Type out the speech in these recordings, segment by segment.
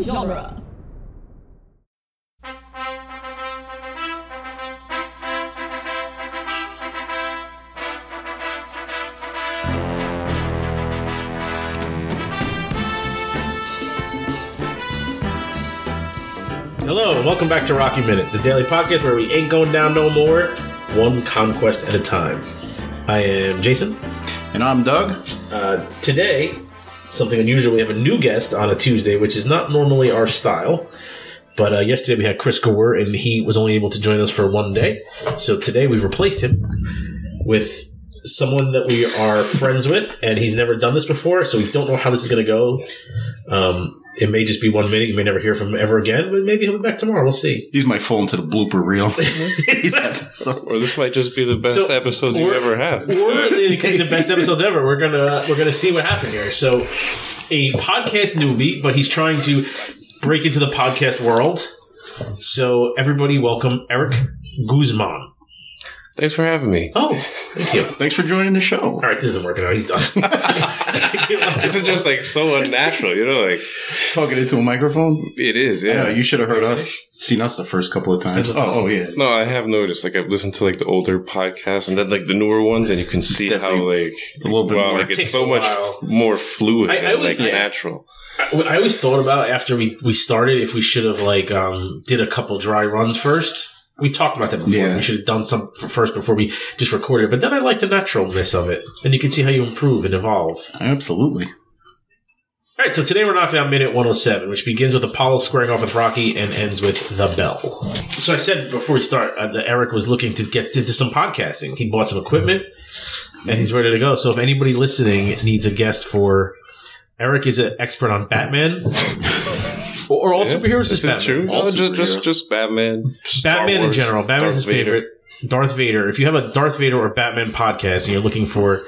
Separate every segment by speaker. Speaker 1: genre.
Speaker 2: Hello, and welcome back to Rocky Minute, the daily podcast where we ain't going down no more, one conquest at a time. I am Jason.
Speaker 3: And I'm Doug.
Speaker 2: Uh, today, something unusual, we have a new guest on a Tuesday, which is not normally our style. But uh, yesterday we had Chris Gore, and he was only able to join us for one day. So today we've replaced him with someone that we are friends with, and he's never done this before, so we don't know how this is going to go. Um, it may just be one minute. You may never hear from him ever again, but maybe he'll be back tomorrow. We'll see.
Speaker 3: These might fall into the blooper reel. These episodes.
Speaker 4: Or this might just be the best
Speaker 2: So-
Speaker 4: episodes
Speaker 2: or-
Speaker 4: you ever have.
Speaker 2: or it could be the best episodes ever. We're gonna we're gonna see what happened here. So, a podcast newbie, but he's trying to break into the podcast world. So, everybody, welcome Eric Guzman.
Speaker 4: Thanks for having me.
Speaker 2: Oh, thank you.
Speaker 3: Thanks for joining the show.
Speaker 2: All right, this isn't working out. He's done.
Speaker 4: This is just like so unnatural, you know. Like
Speaker 3: Talking into a microphone.
Speaker 4: it is,
Speaker 3: Yeah,
Speaker 4: yeah.
Speaker 3: you should have heard us, seen us the first couple of times. Oh, oh yeah.
Speaker 4: no, I have noticed. Like I've listened to like the older podcasts and then like the newer ones, and you can see how
Speaker 3: definitely
Speaker 4: like
Speaker 3: a little bit
Speaker 4: wow,
Speaker 3: more.
Speaker 4: like it's
Speaker 2: Takes a
Speaker 4: so much
Speaker 2: while.
Speaker 4: f- more fluid
Speaker 2: I- I
Speaker 4: and
Speaker 2: was-
Speaker 4: like
Speaker 2: yeah.
Speaker 4: natural.
Speaker 2: I I always thought about after we we started if we should have like um did a couple dry runs first. We talked about that before.
Speaker 3: Yeah.
Speaker 2: We should have done some f- first before we just recorded. it. But then I like the naturalness of it, and you can see how you improve and evolve.
Speaker 3: Absolutely.
Speaker 2: All right, so today we're knocking out minute 107, which begins with Apollo squaring off with Rocky and ends with the bell. So I said before we start uh, that Eric was looking to get into some podcasting. He bought some equipment and he's ready to go. So if anybody listening needs a guest for Eric is an expert on Batman or, or all
Speaker 4: Yeah,
Speaker 2: superheroes.
Speaker 4: This
Speaker 2: just
Speaker 4: is
Speaker 2: Batman.
Speaker 4: true.
Speaker 3: All
Speaker 4: No, just,
Speaker 3: superheroes.
Speaker 4: just just Batman. Star
Speaker 2: Batman in
Speaker 4: Wars,
Speaker 2: general. Batman's
Speaker 4: Darth
Speaker 2: his
Speaker 4: Vader.
Speaker 2: favorite. Darth Vader. If you have a Darth Vader or Batman podcast and you're looking for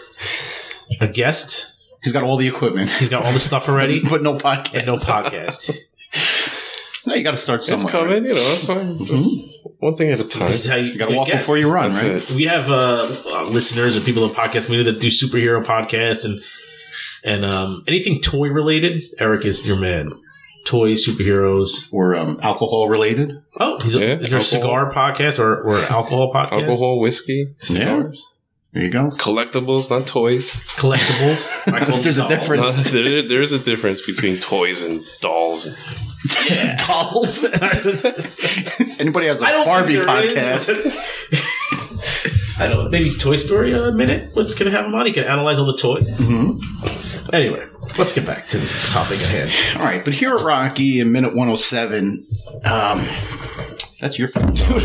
Speaker 2: a guest,
Speaker 3: He's got all the equipment,
Speaker 2: he's got all the stuff already.
Speaker 3: but no podcast.
Speaker 2: And no podcast.
Speaker 3: No, you got to start somewhere.
Speaker 4: It's coming, you know. That's fine. Just one thing at a time.
Speaker 2: This is how you,
Speaker 3: You got to
Speaker 2: get
Speaker 3: walk
Speaker 2: guests.
Speaker 3: before you Mm-hmm. run,
Speaker 4: That's
Speaker 3: right?
Speaker 4: it.
Speaker 2: We have uh, uh, listeners and people in the podcast community that do superhero podcasts and and um, anything toy related. Eric is your man. Toys, superheroes.
Speaker 3: Or um, alcohol related.
Speaker 2: Oh, is,
Speaker 4: Yeah,
Speaker 2: is there a cigar podcast or, or alcohol podcast?
Speaker 4: Alcohol, whiskey, cigars,
Speaker 3: There you go.
Speaker 4: collectibles, not toys.
Speaker 2: Collectibles. I call
Speaker 3: There's a
Speaker 2: them all.
Speaker 3: difference.
Speaker 4: No, Uh, there, there is a difference between toys and dolls. And,
Speaker 3: Dolls. Anybody has a
Speaker 2: I don't
Speaker 3: Barbie
Speaker 2: think there is,
Speaker 3: podcast?
Speaker 2: but- I don't. Maybe Toy Story a minute. What can I have him on? He can analyze all the toys. Anyway, let's get back to the topic at hand.
Speaker 3: All right, but here at Rocky in minute 107, um, that's your phone.
Speaker 4: no,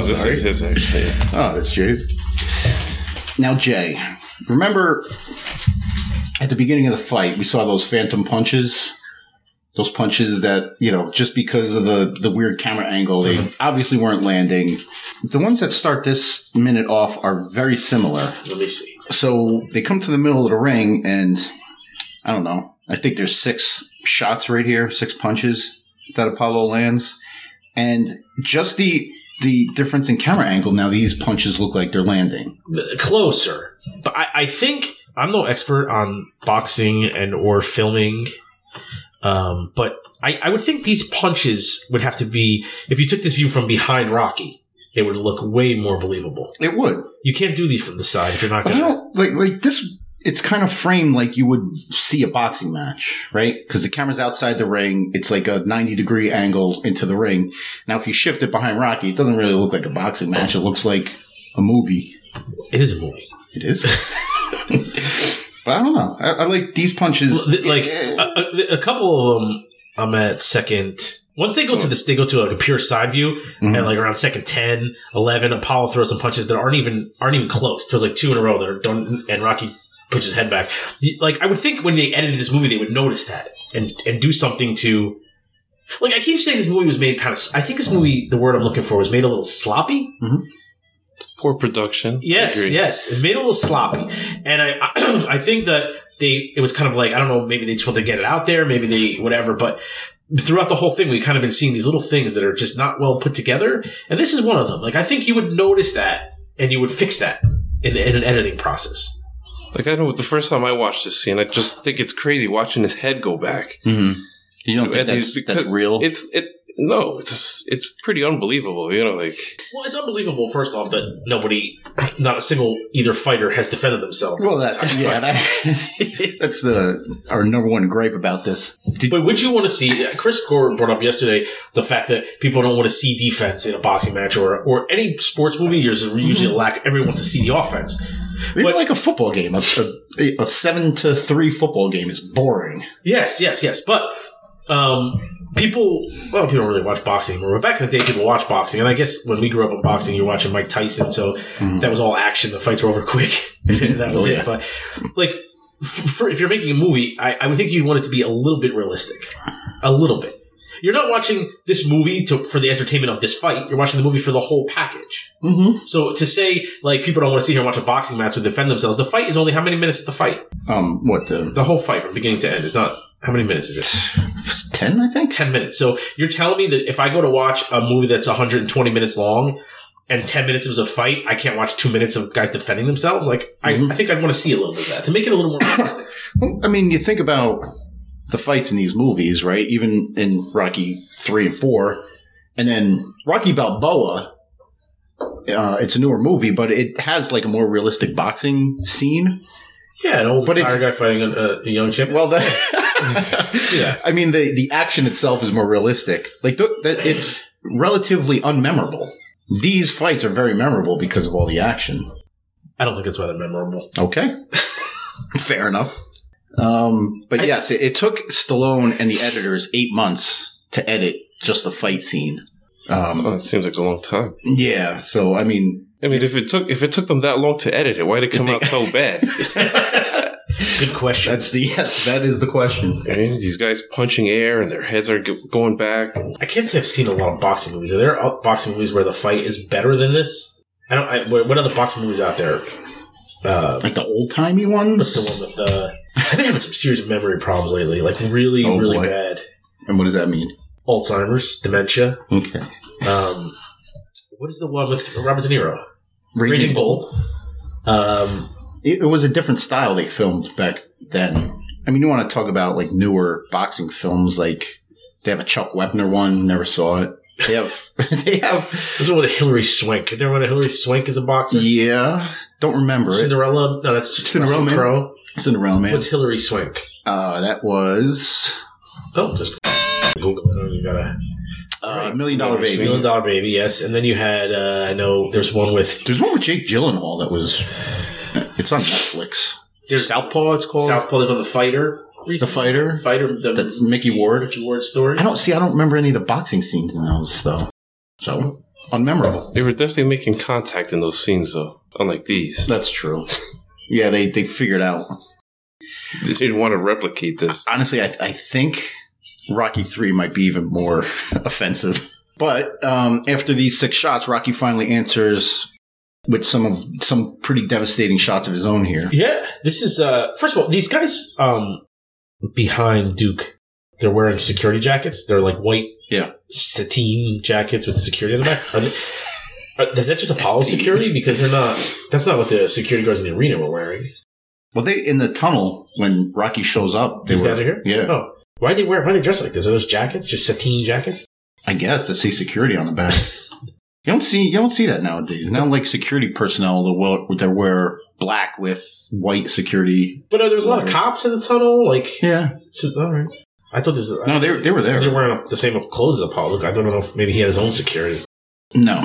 Speaker 4: this
Speaker 3: sorry.
Speaker 4: is his actually.
Speaker 3: Oh, that's Jay's. Now, Jay, remember at the beginning of the fight, we saw those phantom punches. Those punches that, you know, just because of the, the weird camera angle, they obviously weren't landing. The ones that start this minute off are very similar.
Speaker 2: Let me see.
Speaker 3: So they come to the middle of the ring, and I don't know. I think there's six shots right here, six punches that Apollo lands, and just the the difference in camera angle. Now these punches look like they're landing.
Speaker 2: closer. But I, I think I'm no expert on boxing and or filming. Um, but I, I would think these punches would have to be if you took this view from behind Rocky, it would look way more believable.
Speaker 3: It would,
Speaker 2: You can't do these from the side if you're not
Speaker 3: but I
Speaker 2: gonna
Speaker 3: don't like like this. It's kind of framed like you would see a boxing match, right? Because the camera's outside the ring. It's like a 90 degree angle into the ring. Now, if you shift it behind Rocky, it doesn't really look like a boxing match. It looks like a movie.
Speaker 2: it is a movie.
Speaker 3: It is. but I don't know. I, I like these punches.
Speaker 2: Th- Like uh, a, a, a couple of them I'm at second once they go to this, they go to like a pure side view,
Speaker 3: Mhm.
Speaker 2: and like around second 10, 11, Apollo throws some punches that aren't even aren't even close. Throws like two in a row that are done, and Rocky puts his head back. The- Like I would think when they edited this movie, they would notice that and and do something to. Like I keep saying, this movie was made kind of. I think this movie, the word I'm looking for, was made a little sloppy.
Speaker 4: Poor production.
Speaker 2: Yes,
Speaker 4: Agreed.
Speaker 2: yes, it made it a little sloppy, and I, I, think that they it was kind of like I don't know, maybe they just wanted to get it out there, maybe they whatever, but throughout the whole thing, we've kind of been seeing these little things that are just not well put together, and this is one of them. Like I think you would notice that, and you would fix that in, in an editing process.
Speaker 4: Like I know the first time I watched this scene, I just think it's crazy watching his head go back.
Speaker 3: Mhm. You don't think
Speaker 4: At
Speaker 3: that's,
Speaker 4: least because
Speaker 3: that's real?
Speaker 4: It's it. No, it's it's pretty unbelievable. You know, like
Speaker 2: Well, it's unbelievable. First off, that nobody, not a single either fighter, has defended themselves.
Speaker 3: Well, that's yeah. That, that's the our number one gripe about this.
Speaker 2: But would you want to see? Chris Gore brought up yesterday the fact that people don't want to see defense in a boxing match or or any sports movie. There's usually a lack. Everyone wants to see the offense.
Speaker 3: Even
Speaker 2: But-
Speaker 3: like a football game, a, a, a seven to three football game is boring.
Speaker 2: Yes, yes, yes. But um, people, well, people don't really watch boxing anymore. But back in the day, people watched boxing, and I guess when we grew up in boxing, you're watching Mike Tyson, so that was all action. The fights were over quick, and that was
Speaker 3: Mm-hmm. Oh, yeah.
Speaker 2: it. But like, f- for, if you're making a movie, I, I would think you'd want it to be a little bit realistic, a little bit. You're not watching this movie to, for the entertainment of this fight. You're watching the movie for the whole package.
Speaker 3: Mm-hmm.
Speaker 2: So to say, like, people don't want to sit here and watch a boxing match and defend themselves. The fight is only how many minutes is the fight?
Speaker 3: Um, what the
Speaker 2: The whole fight from beginning to end is not how many minutes is it?
Speaker 3: ten? I think.
Speaker 2: 10 minutes. So you're telling me that if I go to watch a movie that's 120 minutes long and 10 minutes was a fight, I can't watch two minutes of guys defending themselves? Like,
Speaker 3: Mhm.
Speaker 2: I, I think I'd want to see a little bit of that to make it a little more realistic.
Speaker 3: Well, I mean, you think about the fights in these movies, right? Even in Rocky three and four, and then Rocky Balboa. Uh, it's a newer movie, but it has like a more realistic boxing scene.
Speaker 2: yeah, an old
Speaker 3: But
Speaker 2: retired
Speaker 3: it's-
Speaker 2: guy fighting a, a young champion.
Speaker 3: Well, that,
Speaker 2: Yeah.
Speaker 3: I mean, the the action itself is more realistic. Like th- that, it's relatively unmemorable. These fights are very memorable because of all the action.
Speaker 2: I don't think it's rather memorable.
Speaker 3: Okay, fair enough. Um, but
Speaker 2: I-
Speaker 3: yes, it, it took Stallone and the editors eight months to edit just the fight scene.
Speaker 4: oh,
Speaker 3: Um,
Speaker 4: it seems like a long time.
Speaker 3: yeah, so I mean,
Speaker 4: I mean, if it took if it took them that long to edit it, why did it come out so bad?
Speaker 2: Good question.
Speaker 3: that's the yes, that is the question.
Speaker 4: I mean, these guys punching air and their heads are g- going back.
Speaker 2: I can't say I've seen a lot of boxing movies. Are there o- boxing movies where the fight is better than this? I don't. I, what what other boxing movies out there? Uh,
Speaker 3: Like the old timey ones,
Speaker 2: what's the one with uh, I've been having some serious memory problems lately, like really,
Speaker 3: Oh,
Speaker 2: really
Speaker 3: boy.
Speaker 2: bad.
Speaker 3: and what does that mean?
Speaker 2: Alzheimer's, dementia.
Speaker 3: Okay,
Speaker 2: Um, what is the one with Robert De Niro?
Speaker 3: Raging,
Speaker 2: Raging Bull. Um,
Speaker 3: it, it was a different style they filmed back then. I mean, you want to talk about like newer boxing films? Like they have a Chuck Webner one. Never saw it. They have. they have.
Speaker 2: there's one with Hillary Swank. Is there one with Hillary Swank as a boxer?
Speaker 3: Yeah, don't remember it.
Speaker 2: Cinderella? No, that's
Speaker 3: Cinderella
Speaker 2: Russell
Speaker 3: Man.
Speaker 2: Crowe.
Speaker 3: Cinderella Man.
Speaker 2: What's Hillary Swank?
Speaker 3: Uh, that was
Speaker 2: Oh, just Google it. I don't even gotta.
Speaker 3: uh, Million Dollar
Speaker 4: Never seen
Speaker 3: Baby.
Speaker 2: Million Dollar Baby, yes. And then you had, uh, I know there's one with.
Speaker 3: There's one with Jake Gyllenhaal that was. It's on Netflix.
Speaker 2: There's
Speaker 3: Southpaw. It's called
Speaker 2: Southpaw, they call the Fighter.
Speaker 3: The Fighter.
Speaker 2: Fighter, the
Speaker 3: That's Mickey Ward.
Speaker 2: Mickey Ward story.
Speaker 3: I don't see. I don't remember any of the boxing scenes in those though. So unmemorable.
Speaker 4: They were definitely making contact in those scenes, though. Unlike these,
Speaker 3: That's true. Yeah, they they figured out
Speaker 4: they didn't want to replicate this.
Speaker 3: honestly, I, I think Rocky three might be even more offensive. But um, after these six shots, Rocky finally answers with some of some pretty devastating shots of his own here.
Speaker 2: Yeah, this is uh first of all, these guys um behind Duke, they're wearing security jackets. They're like white
Speaker 3: Yeah.
Speaker 2: sateen jackets with security on the back. Are they, are, is that just Apollo security? Because they're not that's not what the security guards in the arena were wearing.
Speaker 3: Well, they in the tunnel when Rocky shows up. They
Speaker 2: These
Speaker 3: were,
Speaker 2: guys are here?
Speaker 3: Yeah,
Speaker 2: Oh. Why are they wear why are they dressed like this? Are those jackets? Just sateen jackets?
Speaker 3: I guess that say security on the back. you don't see you don't see that nowadays. Now, like security personnel, that wear, that wear black with white security.
Speaker 2: But uh, there was a lot of cops in the tunnel, like
Speaker 3: Yeah,
Speaker 2: so, all right. I thought this was
Speaker 3: no, they they were
Speaker 2: they're
Speaker 3: there.
Speaker 2: wearing the same clothes as Apollo. I don't know if maybe he had his own security.
Speaker 3: No,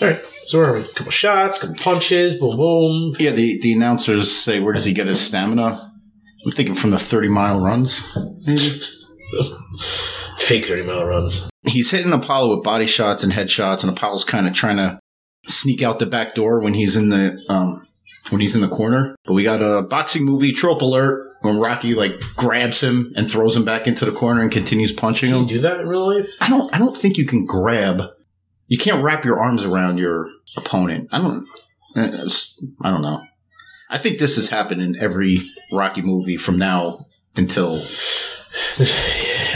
Speaker 2: All right. So where are we? couple shots, couple punches, boom, boom.
Speaker 3: Yeah, the, the announcers say, where does he get his stamina? I'm thinking from the 30 mile runs, maybe.
Speaker 2: Fake 30 mile runs.
Speaker 3: He's hitting Apollo with body shots and headshots, and Apollo's kind of trying to sneak out the back door when he's in the um, when he's in the corner. But we got a boxing movie trope alert when Rocky like grabs him and throws him back into the corner and continues punching
Speaker 2: Can you
Speaker 3: him.
Speaker 2: do that in real life?
Speaker 3: I don't I don't think you can grab. You can't wrap your arms around your opponent. I don't. eh, it's- I don't know. I think this has happened in every Rocky movie from now until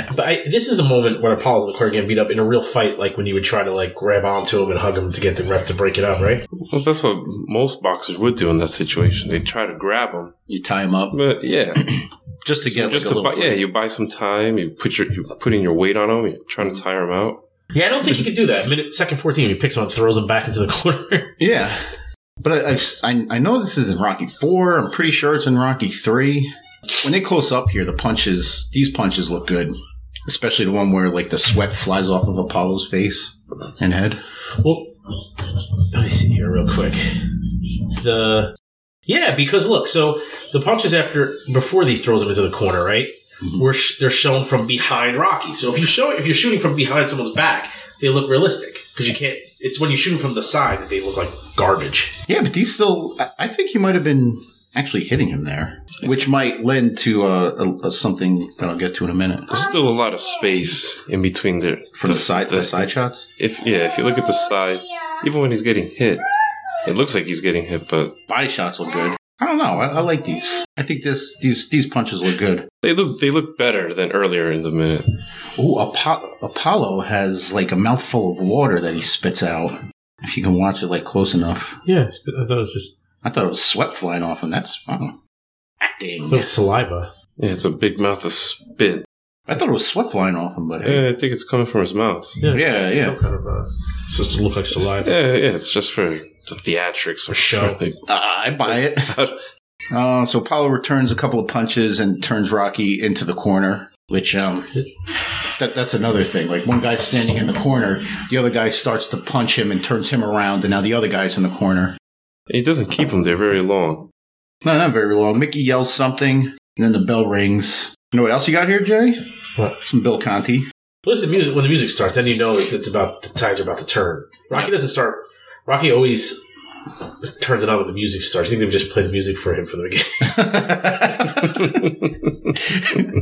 Speaker 2: But I, this is the moment when Apollo and the Quarter get beat up in a real fight, like when you would try to like grab onto him and hug him to get the ref to break it up, right?
Speaker 4: Well, that's what most boxers would do in that situation. They try to grab him,
Speaker 3: You tie him up
Speaker 4: but yeah,
Speaker 3: just to get
Speaker 4: just
Speaker 3: like, a
Speaker 4: to buy,
Speaker 3: little
Speaker 4: yeah, you buy some time. You put your you put in your weight on him. You're trying to tire him out.
Speaker 2: Yeah, I don't think he could do that. Minute second fourteen, he picks him up, throws him back into the corner.
Speaker 3: Yeah, but I, I've s- I I know this is in Rocky Four. I'm pretty sure it's in Rocky Three. When they close up here, the punches these punches look good, especially the one where like the sweat flies off of Apollo's face and head.
Speaker 2: well, let me see here real quick. The yeah, because look, so the punches after before he throws him into the corner, right?
Speaker 3: Mhm.
Speaker 2: Were sh- they're shown from behind Rocky. So if you show if you're shooting from behind someone's back, they look realistic because you can't. It's when you shoot them from the side that they look like garbage.
Speaker 3: Yeah, but these still. I, I think he might have been actually hitting him there, which might lend to uh, a, a, something that I'll get to in a minute.
Speaker 4: There's still a lot of space in between there
Speaker 3: From the, side, the, side shots.
Speaker 4: If yeah, if you look at the side, even when he's getting hit, it looks like he's getting hit, but
Speaker 3: Body shots look good. I don't know. I, I like these. I think this these these punches look good.
Speaker 4: they look they look better than earlier in the minute.
Speaker 3: Ooh, Apollo, Apollo has like a mouthful of water that he spits out. If you can watch it like close enough,
Speaker 2: Yeah, I thought it was just
Speaker 3: I thought it was sweat flying off, and that's wow. acting.
Speaker 2: saliva.
Speaker 4: Yeah, it's a big mouth of spit.
Speaker 3: I thought it was sweat flying off him, but hey.
Speaker 4: Yeah, I think it's coming from his mouth.
Speaker 3: Yeah,
Speaker 2: it's
Speaker 3: yeah.
Speaker 2: Some kind of uh, it's supposed to look like
Speaker 4: Yeah,
Speaker 2: saliva.
Speaker 4: yeah, it's just for the theatrics or
Speaker 2: Show.
Speaker 4: something.
Speaker 3: I I buy it. Uh, so Apollo returns a couple of punches and turns Rocky into the corner, which um, that that's another thing. Like one guy's standing in the corner, the other guy starts to punch him and turns him around, and now the other guy's in the corner.
Speaker 4: He doesn't keep him there very long.
Speaker 3: No, not very long. Mickey yells something, and then the bell rings. You know what else you got here, Jay?
Speaker 2: What?
Speaker 3: Some Bill Conti.
Speaker 2: Well, it's the music when the music starts, then you know that it's about the tides are about to turn. Rocky doesn't start. Rocky always turns it on when the music starts. I think they've just played the music for him from the beginning.
Speaker 3: but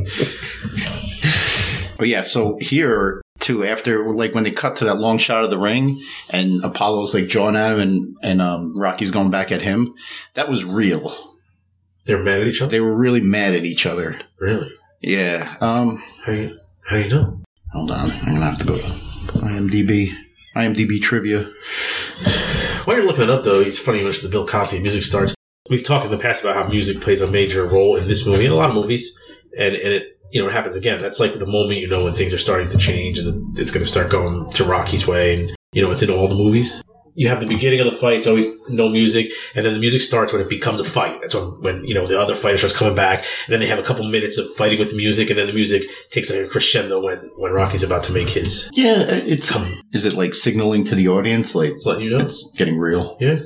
Speaker 3: yeah, so here too, after like when they cut to that long shot of the ring and Apollo's like jawing at him and, and um, Rocky's going back at him, that was real.
Speaker 2: They're mad at each other.
Speaker 3: They were really mad at each other.
Speaker 2: Really?
Speaker 3: Yeah. Um,
Speaker 2: How you how you know?
Speaker 3: hold on, I'm gonna have to go to IMDb. IMDb trivia.
Speaker 2: While you're looking it up, though, it's funny you mentioned the Bill Conti music starts. We've talked in the past about how music plays a major role in this movie and a lot of movies, and and it you know it happens again. That's like the moment you know when things are starting to change and it's going to start going to Rocky's way, and you know it's in all the movies. You have the beginning of the fight; it's always no music, and then the music starts when it becomes a fight. That's when when you know the other fighter starts coming back, and then they have a couple minutes of fighting with the music, and then the music takes like a crescendo when when Rocky's about to make his
Speaker 3: Yeah, it's um,
Speaker 2: come.
Speaker 3: is it like signaling to the audience like
Speaker 2: It's letting you know.
Speaker 3: it's getting real?
Speaker 2: Yeah.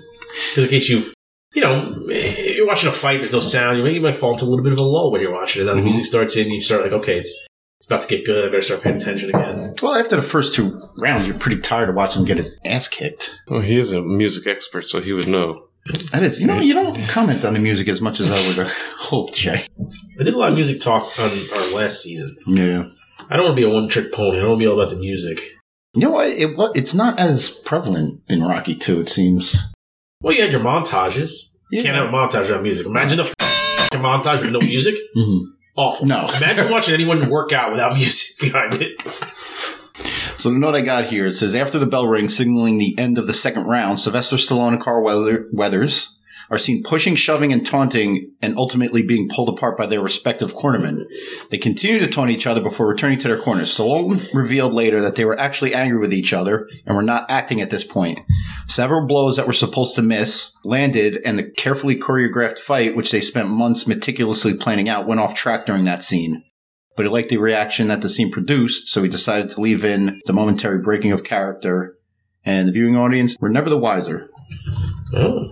Speaker 2: Because in case you've, you know, eh, you're watching a fight, there's no sound, you might, you might fall into a little bit of a lull when you're watching it. Then
Speaker 3: Mhm.
Speaker 2: the music starts in, you start like, okay, it's it's about to get good, I better start paying attention again.
Speaker 3: Well, after the first two rounds, you're pretty tired of watching him get his ass kicked.
Speaker 4: Well, he is a music expert, so he would know.
Speaker 3: That is, you know, you don't comment on the music as much as I would have hoped, Jay.
Speaker 2: I did a lot of music talk on our last season.
Speaker 3: Yeah.
Speaker 2: I don't want to be a one trick pony, I don't want to be all about the music.
Speaker 3: You know what? It, wa- it's not as prevalent in Rocky 2, it seems.
Speaker 2: Well, you had your montages. You
Speaker 3: Yeah.
Speaker 2: can't have a montage without music. Imagine a f***ing montage with no music.
Speaker 3: Mhm.
Speaker 2: Awful.
Speaker 3: No.
Speaker 2: Imagine watching anyone work out without music behind it.
Speaker 3: So the note I got here, it says, after the bell rings signaling the end of the second round, Sylvester Stallone and Carl Weather- Weathers are seen pushing, shoving, and taunting, and ultimately being pulled apart by their respective cornermen. They continue to taunt each other before returning to their corners. Stallone revealed later that they were actually angry with each other and were not acting at this point. Several blows that were supposed to miss landed, and the carefully choreographed fight, which they spent months meticulously planning out, went off track during that scene but he liked the reaction that the scene produced, so he decided to leave in the momentary breaking of character, and the viewing audience were never the wiser.
Speaker 2: Oh.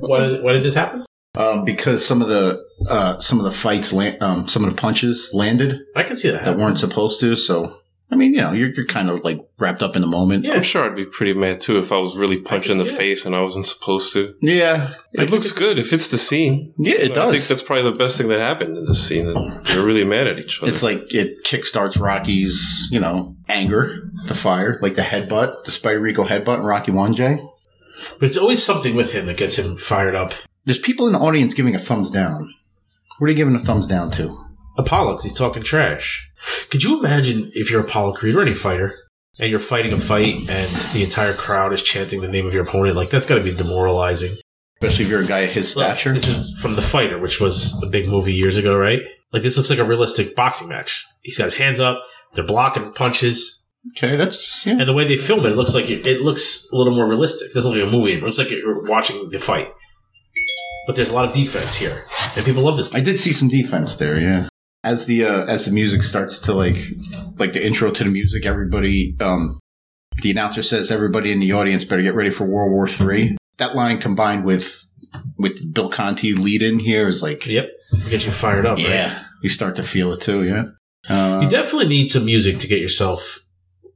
Speaker 2: Why did, why did this happen?
Speaker 3: Um, because some of the uh, some of the fights, la- um, some of the punches landed
Speaker 2: I can see that
Speaker 3: that
Speaker 2: happening.
Speaker 3: weren't supposed to. So, I mean, you know, you're, you're kind of like wrapped up in the moment.
Speaker 2: Yeah.
Speaker 4: I'm sure I'd be pretty mad too if I was really punched in the
Speaker 2: see it.
Speaker 4: face and I wasn't supposed to.
Speaker 3: yeah,
Speaker 4: It looks good. It fits the scene.
Speaker 3: yeah, it
Speaker 4: I think
Speaker 3: does.
Speaker 4: that's probably the best thing that happened in this scene. that They're really mad at each other.
Speaker 3: It's like it kickstarts Rocky's, you know, anger, the fire, like the headbutt, the Spider Rico headbutt in Rocky One J.
Speaker 2: But it's always something with him that gets him fired up.
Speaker 3: There's people in the audience giving a thumbs down. What are you giving a thumbs down to?
Speaker 2: Apollox. He's talking trash. Could you imagine if you're Apollo Creed or any fighter and you're fighting a fight and the entire crowd is chanting the name of your opponent? Like, that's got to be demoralizing.
Speaker 3: Especially if you're a guy of his
Speaker 2: Look,
Speaker 3: stature.
Speaker 2: This is from The Fighter, which was a big movie years ago, right? Like, this looks like a realistic boxing match. He's got his hands up, they're blocking punches.
Speaker 3: okay, that's yeah.
Speaker 2: And the way they film it, it looks like it, it looks a little more realistic. It doesn't look like a movie. It looks like you're watching the fight. But there's a lot of defense here, and people love this.
Speaker 3: I did see some defense there, yeah. As the uh, as the music starts to like like the intro to the music, everybody um the announcer says everybody in the audience better get ready for World War Three. That line combined with with Bill Conti lead in here is like
Speaker 2: Yep, it gets you fired up. right?
Speaker 3: yeah, you start to feel it too, yeah. Uh,
Speaker 2: you definitely need some music to get yourself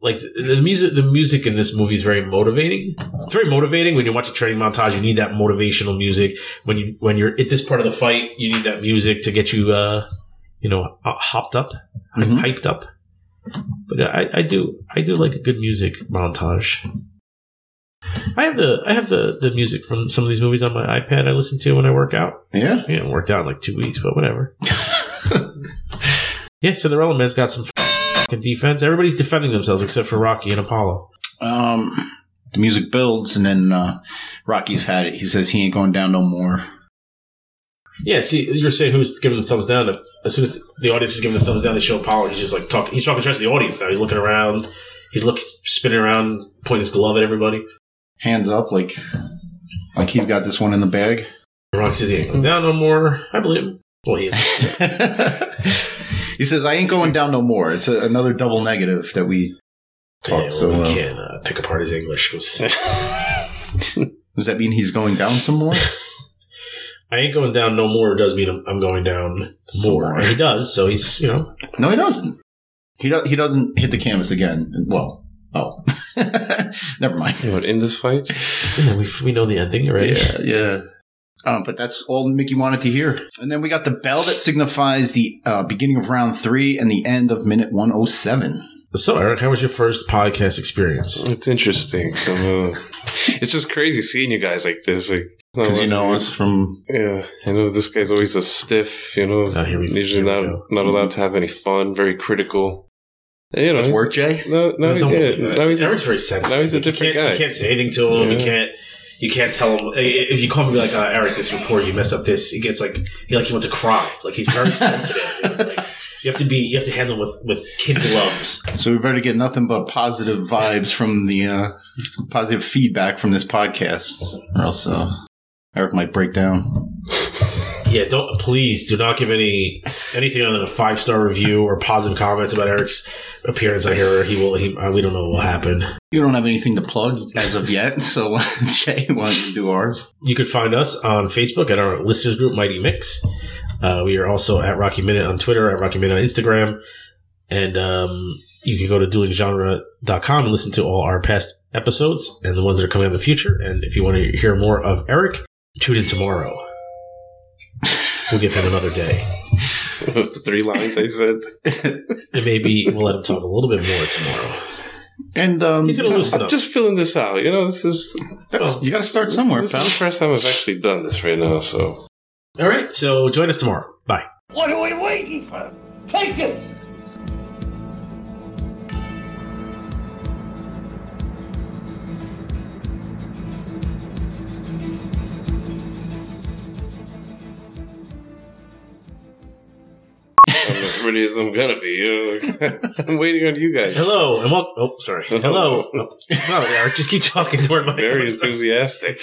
Speaker 2: like the music the music in this movie is very motivating it's very motivating when you watch a training montage you need that motivational music when you when you're at this part of the fight you need that music to get you uh you know uh, hopped up hy-
Speaker 3: Mhm.
Speaker 2: hyped up but uh, I, I do i do like a good music montage i have the i have the the music from some of these movies on my ipad i listen to when i work out
Speaker 3: yeah,
Speaker 2: yeah, it worked out in like two weeks, but whatever. yeah, Cinderella Man's got some fucking defense. Everybody's defending themselves except for Rocky and Apollo.
Speaker 3: um, the music builds, and then uh, Rocky's had it. He says he ain't going down no more.
Speaker 2: Yeah, see, you're saying who's giving the thumbs down? As soon as the audience is giving the thumbs down, they show Apollo. He's just like talking. He's talking trash to the audience now. He's looking around. He's look spinning around, pointing his glove at everybody.
Speaker 3: Hands up, like like he's got this one in the bag.
Speaker 2: And Rocky says he ain't going down no more. I believe him. Well, he is.
Speaker 3: he says, "I ain't going down no more." It's a, another double negative that we
Speaker 2: Yeah, well,
Speaker 3: so,
Speaker 2: we
Speaker 3: uh,
Speaker 2: can uh, pick apart his English. Goes,
Speaker 3: does that mean he's going down some more?
Speaker 2: I ain't going down no more. Does mean I'm, I'm going down
Speaker 3: Some
Speaker 2: more.
Speaker 3: more.
Speaker 2: And he does. So he's you know
Speaker 3: no, he doesn't. He do- he doesn't hit the canvas again. Well, oh, never mind.
Speaker 4: What, in this fight?
Speaker 2: you know, we we know the ending, right?
Speaker 3: Yeah, yeah. Um, but that's all Mickey wanted to hear. And then we got the bell that signifies the uh, beginning of round three and the end of minute 107.
Speaker 4: Oh,
Speaker 2: So, Eric, how was your first podcast experience?
Speaker 4: It's interesting. Uh, it's just crazy seeing you guys like this. Like,
Speaker 3: Because you know us from.
Speaker 4: Yeah, I know this guy's always a stiff, you know,
Speaker 2: Oh, here we-
Speaker 4: usually
Speaker 2: here we
Speaker 4: not
Speaker 2: go.
Speaker 4: not allowed to have any fun, very critical. And, you know,
Speaker 3: That's
Speaker 4: he's-
Speaker 3: work, Jay?
Speaker 4: No, no,
Speaker 2: Don't
Speaker 4: yeah,
Speaker 2: believe that.
Speaker 4: now he's
Speaker 2: Eric's very sensitive.
Speaker 4: now he's a
Speaker 2: You
Speaker 4: different
Speaker 2: can't-
Speaker 4: guy.
Speaker 2: You can't say anything to him. You
Speaker 4: Yeah.
Speaker 2: can't. You can't tell him if you call him and be like uh, Eric. This report you messed up. This he gets like he like he wants to cry. Like he's very sensitive. dude. Like, you have to be. You have to handle him with with kid gloves.
Speaker 3: So we better get nothing but positive vibes from the uh, positive feedback from this podcast, or else uh, Eric might break down.
Speaker 2: Yeah. Don't please do not give any anything other than a five star review or positive comments about Eric's appearance. I hear he will. He, uh, we don't know what will happen.
Speaker 3: You don't have anything to plug as of yet, so Jay, why don't you do ours?
Speaker 2: You can find us on Facebook at our listeners group, Mighty Mix. Uh, we are also at Rocky Minute on Twitter, at Rocky Minute on Instagram. And um, you can go to duelinggenre.com and listen to all our past episodes and the ones that are coming out in the future. And if you want to hear more of Eric, tune in tomorrow. We'll give him another day.
Speaker 4: with the three lines I said.
Speaker 2: And maybe we'll let him talk a little bit more tomorrow.
Speaker 3: And um,
Speaker 2: He's going to loosen
Speaker 4: I'm
Speaker 2: up.
Speaker 4: just filling this out, you know. This is
Speaker 3: that's- you got to start somewhere,
Speaker 4: This, this
Speaker 3: pal.
Speaker 4: is the first time I've actually done this right now, so.
Speaker 2: All right. So join us tomorrow. Bye.
Speaker 1: What are we waiting for? Take this!
Speaker 4: I'm as ready as I'm gonna be. You know? I'm waiting on you guys.
Speaker 2: Hello. And welcome. Oh, sorry. Hello. no, Eric, just keep talking toward my
Speaker 4: Very enthusiastic.